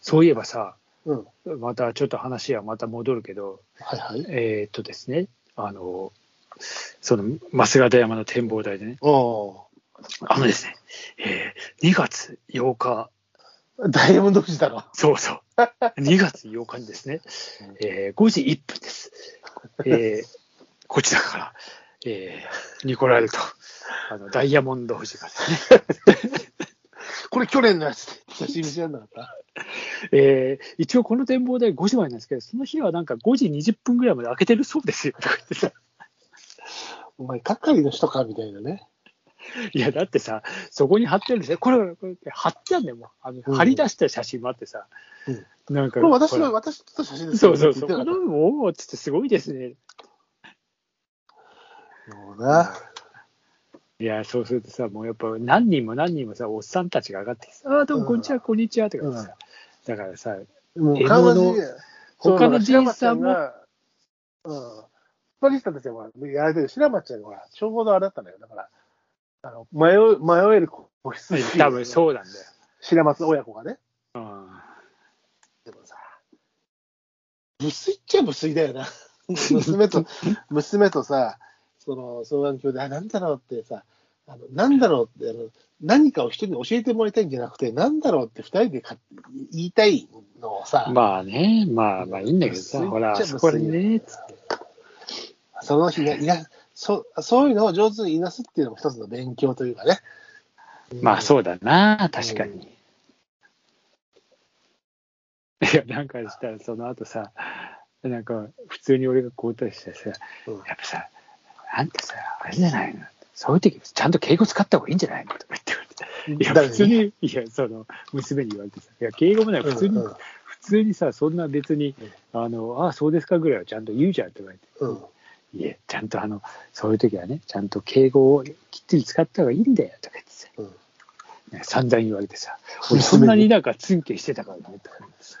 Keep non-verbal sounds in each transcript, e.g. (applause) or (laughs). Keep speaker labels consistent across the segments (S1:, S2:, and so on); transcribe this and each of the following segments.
S1: そういえばさ、
S2: うん。
S1: またちょっと話はまた戻るけど、
S2: はいはい。
S1: えーっとですね、あの、その、増形山の展望台でね、
S2: お
S1: あのですね、えー2月8日、
S2: お。ダイヤモンド富士だろ。
S1: そう
S2: (laughs)
S1: そう、2月8日にですね、えー5時1分です。えーこちらから、えーニコライルと、あの、ダイヤモンド富士がですね、
S2: これ去年のやつ。久しぶりじゃなかった。
S1: えー一応この展望台5時までなんですけど、その日はなんか5時20分ぐらいまで開けてるそうですよ、とか言ってさ
S2: お前、係の人かみたいなね。
S1: いや、だってさ、そこに貼ってるんですよ。これ、これって貼ってあんねんもんあの、
S2: うん
S1: 貼り出した写真もあってさ、なん
S2: こ
S1: か、
S2: れ私の、
S1: こ
S2: 私撮った写真
S1: れ
S2: です
S1: そ
S2: よ
S1: うそうそう、
S2: 言
S1: こ
S2: ってな
S1: の、
S2: かっ
S1: おおっつってすごいですね。
S2: たもうな。
S1: いや、そうするとさ、もうやっぱ何人も何人もさ、おっさんたちが上がってきて、ああ、どうもこんにちは、こんにちは、とかさ、だからさ、
S2: もう顔が
S1: 獲物
S2: ね
S1: 他のじいさんも
S2: そうだから白松ちゃんがうん。バリスタたちはほらやられてる。白松ちゃんがほら、ちょうどあれだったんだよ。だから、あの迷う迷える子羊。
S1: 多分
S2: う。
S1: そうなんだよ。
S2: 白松親子がね。
S1: うん
S2: でもさ、無粋っちゃ無粋だ
S1: (laughs)
S2: よな。娘と、娘とさ、その双眼鏡で、あ、なんだろうってさ、あのなんだろうってあの、何かを人に教えてもらいたいんじゃなくて、なんだろうって二人でか言いたいのをさ、
S1: まあね、まあまあいいんだけどさ、ほら、
S2: ちょっ
S1: そ
S2: と
S1: こでね、つって
S2: その日がいなそ、そういうのを上手にいなすっていうのも一つの勉強というかね。
S1: まあそうだな、確かに。いや、なんかしたら、その後さ、なんか、普通に俺が交代してさ、
S2: うん。
S1: やっぱさ、あんたさ、あれじゃないのそういう時、ちゃんと敬語使った方がいいんじゃないのとか言って言われて。いや、
S2: 誰
S1: 普
S2: に
S1: 通に、いや、その、娘に言われてさ、いや、敬語もない、普通に、
S2: うんうん
S1: 普通にさ、そんな別に、あの、ああ、そうですかぐらいはちゃんと言うじゃんって言われて。
S2: うん
S1: いや、ちゃんとあの、そういう時はね、ちゃんと敬語をきっちり使った方がいいんだよ、とか言ってさ、
S2: うん
S1: ね散々言われてさ、俺そんなになんかツンケしてたからね、とか言ってさ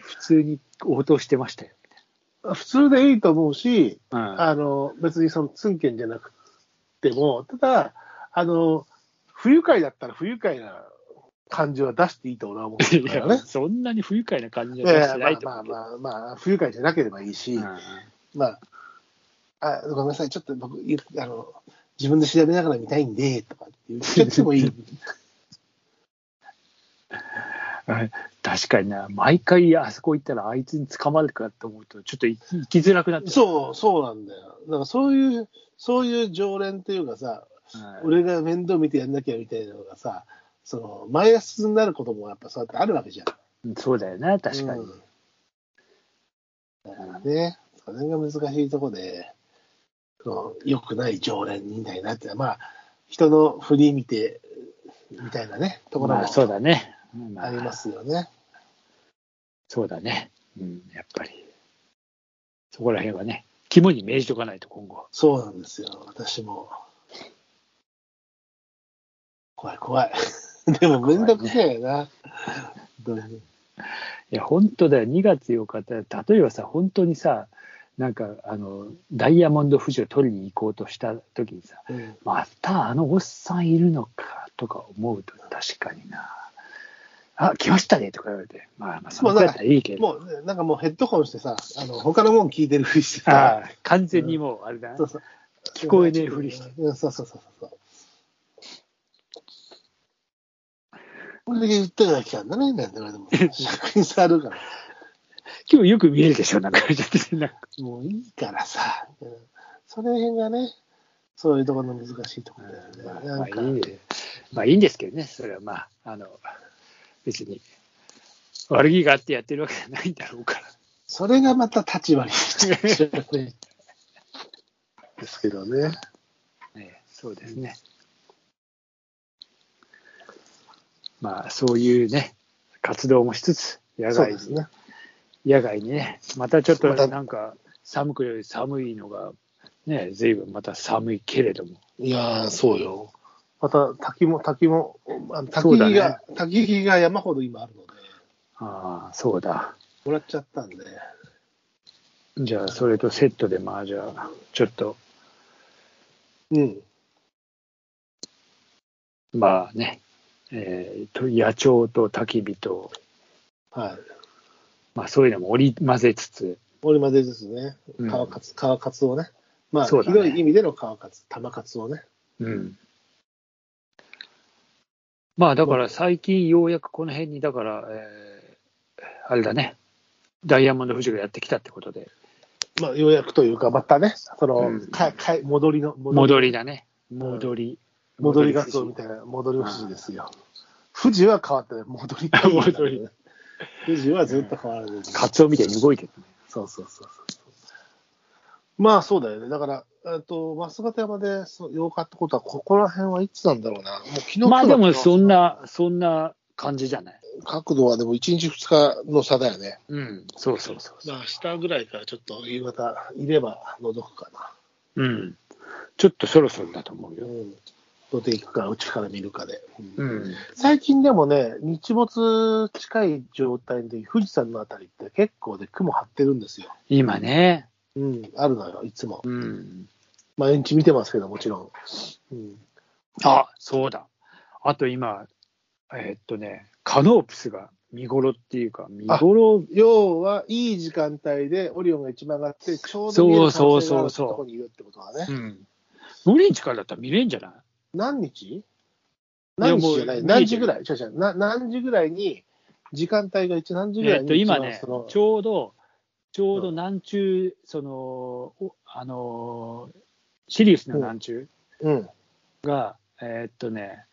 S1: 普通に応答してましたよ、み
S2: 普通でいいと思うし、
S1: たいな。
S2: あの、別にその、ツンケンじゃなくても、ただ、あの、不愉快だったら不愉快な感じは出していいと俺は思って
S1: い (laughs)
S2: るか
S1: や
S2: らね。
S1: そんなに不愉快な感じ
S2: い
S1: は出し
S2: や
S1: て
S2: い
S1: な
S2: や
S1: いと思
S2: まあ
S1: うけど。
S2: まあまあまあ、不愉快じゃなければいいし、まあ、あ、ごめんなさい、ちょっと僕、ゆあの、自分で調べながら見たいんで、とかって言っちゃってもい
S1: (laughs)
S2: い。
S1: うん確かにな、毎回あそこ行ったらあいつに捕まるかと思うと、ちょっと行き行きづらくなって
S2: そう、そうなんだよ。だからそういう、そういう常連というかさ、
S1: うん
S2: 俺が面倒見てやんなきゃみたいなのがさ、その、マイナスになることもやっぱそうやってあるわけじゃん。
S1: そうだよな、確かに。
S2: うんだからね、それが難しいとこで、その良くない常連みたいなって、まあ、人の振り見て、みたいなね、ところ
S1: ま
S2: も
S1: あ、そうだね。ま
S2: ありますよね。
S1: そうだね。うん、やっぱり。そこら辺はね、肝に銘じとかないと、今後。
S2: そうなんですよ、私も。怖い怖い。 (laughs) でも、面倒くせえよな。どういう
S1: いや、本当だよ、2月8日って、例えばさ、本当にさ、なんか、あの、ダイヤモンド富士を取りに行こうとした時にさ、
S2: うん
S1: またあのおっさんいるのかとか思うと確かにな。あ、来ましたねとか言われて。まあまあ、そのくらいだったらいいけど。
S2: もう、なんかもうヘッドホンしてさ、あの他のもん聞いてるふりして
S1: あ
S2: さ、
S1: あ、完全にもうあれだな
S2: そ。うそう
S1: 聞こえねえふりして。
S2: うんそうそうそうそう。これだけ言ったから来たんだね、なんて言われ
S1: (laughs)
S2: ても。職人さんあるから。
S1: 今日よく見えるでしょ、なんか言われちゃってなんか
S2: もういいからさ、みたいなその辺がね、そういうところの難しいところだよね。な
S1: まあ
S2: んか、
S1: いいねまあいいんですけどね、それはまあ、あの、別に悪気があってやってるわけじゃないんだろうから。
S2: それがまた立場に
S1: (laughs)
S2: ですけどね。
S1: ね、そうですね。まあ、そういうね、活動もしつつ、野
S2: そ
S1: 外
S2: うで
S1: に
S2: すね。
S1: 野外にね、またちょっと
S2: また
S1: なんか、寒くより寒いのが、ね、ずいぶんまた寒いけれども、
S2: いやー、そうよ。また滝も、滝も、あの
S1: そう
S2: 滝
S1: だ
S2: 木が、
S1: ね
S2: 滝木が山ほど今あるので、
S1: ああ、そうだ。
S2: もらっちゃったんで、
S1: じゃあ、それとセットで、まあ、じゃあ、ちょっと、
S2: うん。
S1: まあね、えーと野鳥と焚き火と、
S2: はい。
S1: まあ、そういうのも織り交ぜつつ、
S2: 折り混ぜですね。
S1: うん
S2: 川勝、川勝をね。まあ、
S1: そうだね
S2: 広い意味での川勝、玉勝をね。
S1: うん、まあだから最近ようやくこの辺にだから、えーあれだねダイヤモンド富士がやってきたってことで
S2: まあ、ようやくというか、またね、その、
S1: うん
S2: かか戻りの、
S1: 戻りだね
S2: ん
S1: 戻り、
S2: 戻りガツオみ
S1: い
S2: たいな、戻り富士ですよ。富士は変わってない。戻り。
S1: (laughs) 戻り。
S2: 富士はずっと変わらずに。
S1: カツオみたいに動いてる
S2: そうそうそうそう。まあ、そうだよね。だから、えっと、増形山でそう8日ってことは、ここら辺はいつなんだろうな。もう昨日
S1: まあでもそん
S2: な。
S1: なそんな感じじゃない
S2: 角度はでも1日2日の差だよね。
S1: うんそうそうそう
S2: まあ、明日ぐらいからちょっと夕方いれば覗くかな。
S1: うんちょっとそろそろだと思う
S2: う
S1: よ
S2: ん。どていくか、うちから見るかで。うん
S1: うん
S2: 最近でもね、日没近い状態の時、富士山のあたりって結構で雲張ってるんですよ。
S1: 今ね
S2: うん、あるのよ、いつも。
S1: うん
S2: 毎日見てますけど、もちろん。うん、
S1: あそうだあと今えーっとねカノープスが見頃っていうか見頃
S2: 要は、いい時間帯でオリオンが一番上がって、ちょうど見える可能性があるとこにいるってことはね。
S1: うんのりんちからだったら見れんじゃない
S2: 何日
S1: や
S2: 何日じゃない
S1: もう
S2: 何時ぐらい違う違うな何時ぐらいに、時間帯が一何時ぐら
S1: えー
S2: い
S1: っ
S2: に
S1: と
S2: 一
S1: 今
S2: 番
S1: ね
S2: その、
S1: ちょうどちょうど
S2: うん
S1: 南中そのおあのーシリウスの南中
S2: うん、
S1: が、えーっとね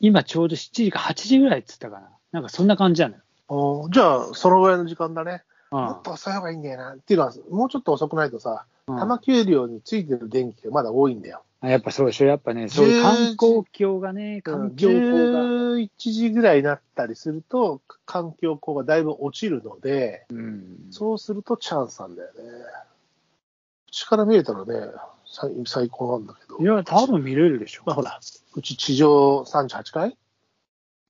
S1: 今ちょうど7時か8時ぐらいっつったかななんかそんな感じなのよ、
S2: おーじゃあ、そのぐらいの時間だね。
S1: うん
S2: もっと遅い方がいいんだよな。っていうのは、もうちょっと遅くないとさ、
S1: うん
S2: 玉丘陵についてる電気がまだ多いんだよ。
S1: あやっぱそうでしょやっぱねそういう観光橋がね環境光が、
S2: 11時ぐらいになったりすると、環境光がだいぶ落ちるので、
S1: うん、
S2: そうするとチャンスなんだよね。うちから見えたらね、最最高なんだけど。
S1: いや、多分見れるでしょ。
S2: まあほら、うち地上38階だっ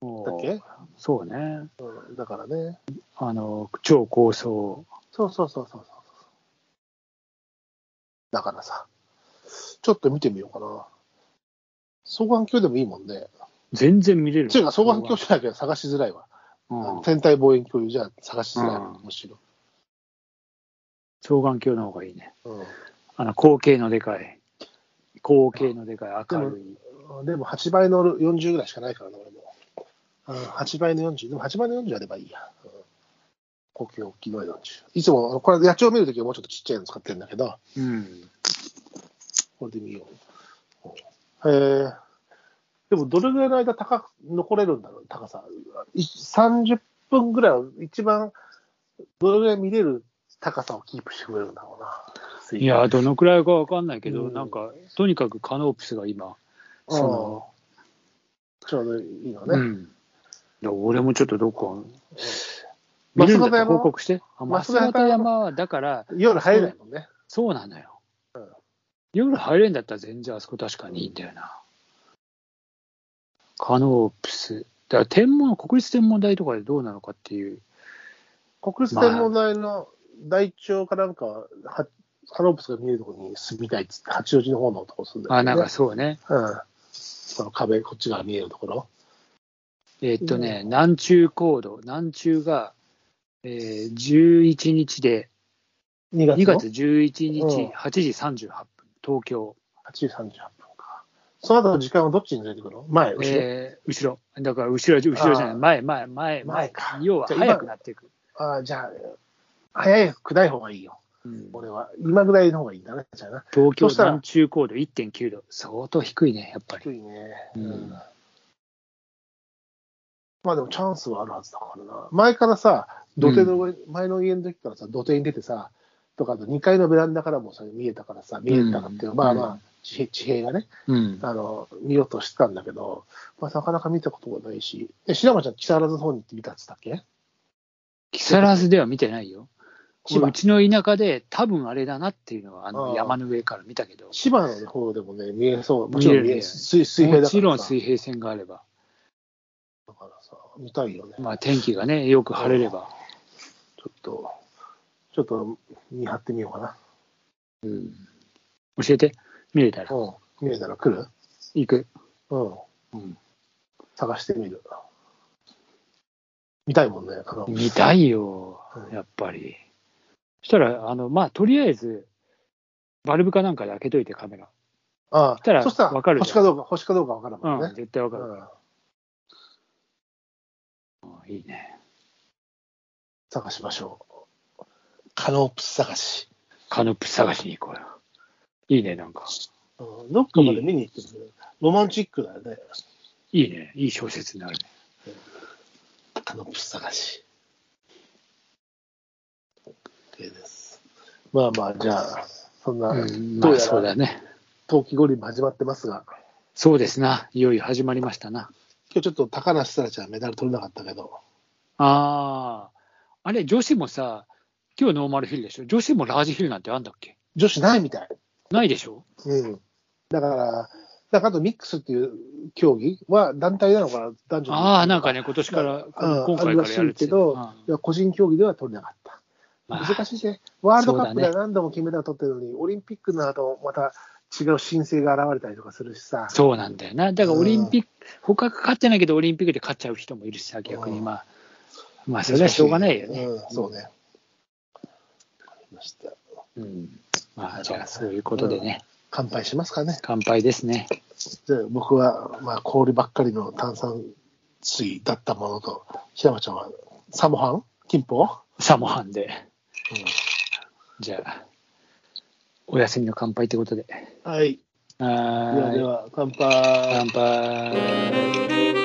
S1: もう
S2: け、
S1: そうね。
S2: うん、だからね。
S1: あの、超高層。
S2: そうそうそうそうそう。だからさ、ちょっと見てみようかな。双眼鏡でもいいもんね。
S1: 全然見れる。
S2: っていうか、双眼鏡じゃないけど探しづらいわ。
S1: うん
S2: 天体望遠鏡じゃ探しづらいわ
S1: うん
S2: むしろ。
S1: 双眼鏡の方がいいね。
S2: う
S1: あの、光景のでかい。光景のでかい、明るい。
S2: ん、でも8倍の40ぐらいしかないからな、俺も。うん、8倍の40。でも8倍の40あればいいや。うん、呼吸大きいのは40。いつも、これ野鳥見るときはもうちょっとちっちゃいの使ってるんだけど、
S1: うん。
S2: これで見よう。えー、でもどれぐらいの間高く残れるんだろう、高さ。い30分ぐらいは一番、どれぐらい見れる高さをキープしてくれるんだろうな。
S1: いや、どのくらいかわかんないけど、
S2: うん
S1: なんか、とにかくカノープスが今、
S2: うん
S1: その、
S2: ちょうどいいの
S1: う
S2: ね。
S1: ん。いや俺もちょっとどこ
S2: うん
S1: 見れるんだったら
S2: 増形山
S1: 報告して。あ
S2: 増
S1: 増
S2: 形山
S1: 形山は、だから、
S2: 夜入れないもんね。
S1: そうなのよ
S2: うん。
S1: 夜入れんだったら全然あそこ確かにいいんだよな。カノープス。だから天文、国立天文台とかでどうなのかっていう。
S2: 国立天文台の台帳かなんかは、はカノープスが見えるところに住みたいっつって、八王子の方のとこ住んでる
S1: あ、
S2: だ
S1: な
S2: よ
S1: ん
S2: ね
S1: かそうね。
S2: うん。その壁、こっちが見えるところ。
S1: えーっとね、南中高度。南中が、えー11日で、
S2: 2月
S1: 2月
S2: 8
S1: 11
S2: うん
S1: 日8時38分、東京。
S2: 時38分か。その後の時間はどっちにずれてくるの前、後ろ。
S1: えー後ろ。だから後ろ、後ろじゃな
S2: あ
S1: い。前、
S2: ー
S1: 前、前、
S2: 前
S1: 前
S2: か。
S1: 要は
S2: じゃあ今
S1: 早くなっていく。
S2: あじゃあ、早い、くない方がいいよ。
S1: うん
S2: 俺は。今ぐらいの方がいいんだね、じゃあな。
S1: 東京
S2: そしたら
S1: 南中高度1.9度。相当低いね、やっぱり。
S2: 低いね。
S1: うん
S2: まあでもチャンスはあるはずだからな。前からさ、土手の上、前の家の時からさ、土手に出てさ、とか、あと2階のベランダからもさ、見えたからさ、見えたからっていう、
S1: うん
S2: まあまあ、地平地平がね、
S1: うん。
S2: あの、見ようとしてたんだけど、まあなかなか見たことがないし、え、白間ちゃん、木更津の方に行って見たっつったっけ
S1: 木更津では見てないよ。
S2: 千葉
S1: うちの田舎で多分あれだなっていうのはあ
S2: ああ
S1: の山の上から見たけど、
S2: 千葉の方でもね、見えそう。もちろん見
S1: 見
S2: え
S1: えるね
S2: 水水平だか
S1: もち
S2: らさ。
S1: ろん水平線があれば、
S2: だからさ、見たいよね。
S1: まあ、天気がね、よく晴れれば、
S2: ちょっと、ちょっと見張ってみようかな。
S1: うん、教えて、見れたら
S2: うん。見えたら来る
S1: 行く。
S2: うん。
S1: うん
S2: 探してみる。見たいもんね。あの
S1: 見たいよ
S2: う、ん
S1: やっぱり。そしたら、あの、まあ、とりあえず、バルブかなんかで開けといて、カメラ。
S2: ああ
S1: したら
S2: そしたら
S1: わかるじゃん
S2: 星かどうか、星かどうか分からんもん
S1: うん、
S2: ね。
S1: 絶対わか
S2: う
S1: る。
S2: ん
S1: うんいいね。
S2: 探しましょう。カノープス探し。
S1: カヌップ探しに行こうよ。いいね、なんか。
S2: うんどっかまで見に行ってくる。ロマンチックだよね。
S1: いいね。いい小説になるね。
S2: カノプス探し。OK です。まあまあ、じゃあ、そんな、
S1: うん、
S2: ど
S1: ま
S2: う
S1: あ、
S2: や
S1: そう
S2: ら
S1: だね。
S2: 冬季五輪も始まってますが、
S1: そうですな。いよいよ始まりましたな。
S2: 今日ちょっと高梨沙羅ちゃんメダル取れなかったけど、
S1: ああ。あれ、女子もさ、今日ノーマルヒルでしょ。女子もラージヒルなんてあんだっけ
S2: 女子ないみたい。
S1: ないでしょ
S2: うん。だから、なんかあとミックスっていう競技は団体なのかな、男女
S1: ああ、なんか
S2: ね、
S1: ね、今年から、
S2: うん
S1: 今回からやるって言ってた
S2: あるらしいけど
S1: うん
S2: いや個人競技では取れなかった。
S1: まあ
S2: 難しいね。ワールドカップで
S1: そうだ
S2: は何度も金メダル取ってるのに、オリンピックの後また違う申請が現れたりとかするしさ。
S1: そうなんだよな。だからオリンピック、他が勝ってないけど、オリンピックで勝っちゃう人もいるしさ、逆に
S2: うん
S1: まあ、まあ、それはしょうがないよね。
S2: うん、そうね。わかりました。
S1: うん。まあ、じゃあ、そういうことでね、
S2: 乾杯しますかね。
S1: 乾杯ですね。
S2: じゃあ僕は、まあ、氷ばっかりの炭酸水だったものと、平山ちゃんはサモハン金峰、
S1: サモハンで。じゃあ、お休みの乾杯ってことで。
S2: はい。
S1: は
S2: では
S1: ー
S2: で
S1: い。
S2: は、乾杯。
S1: 乾杯。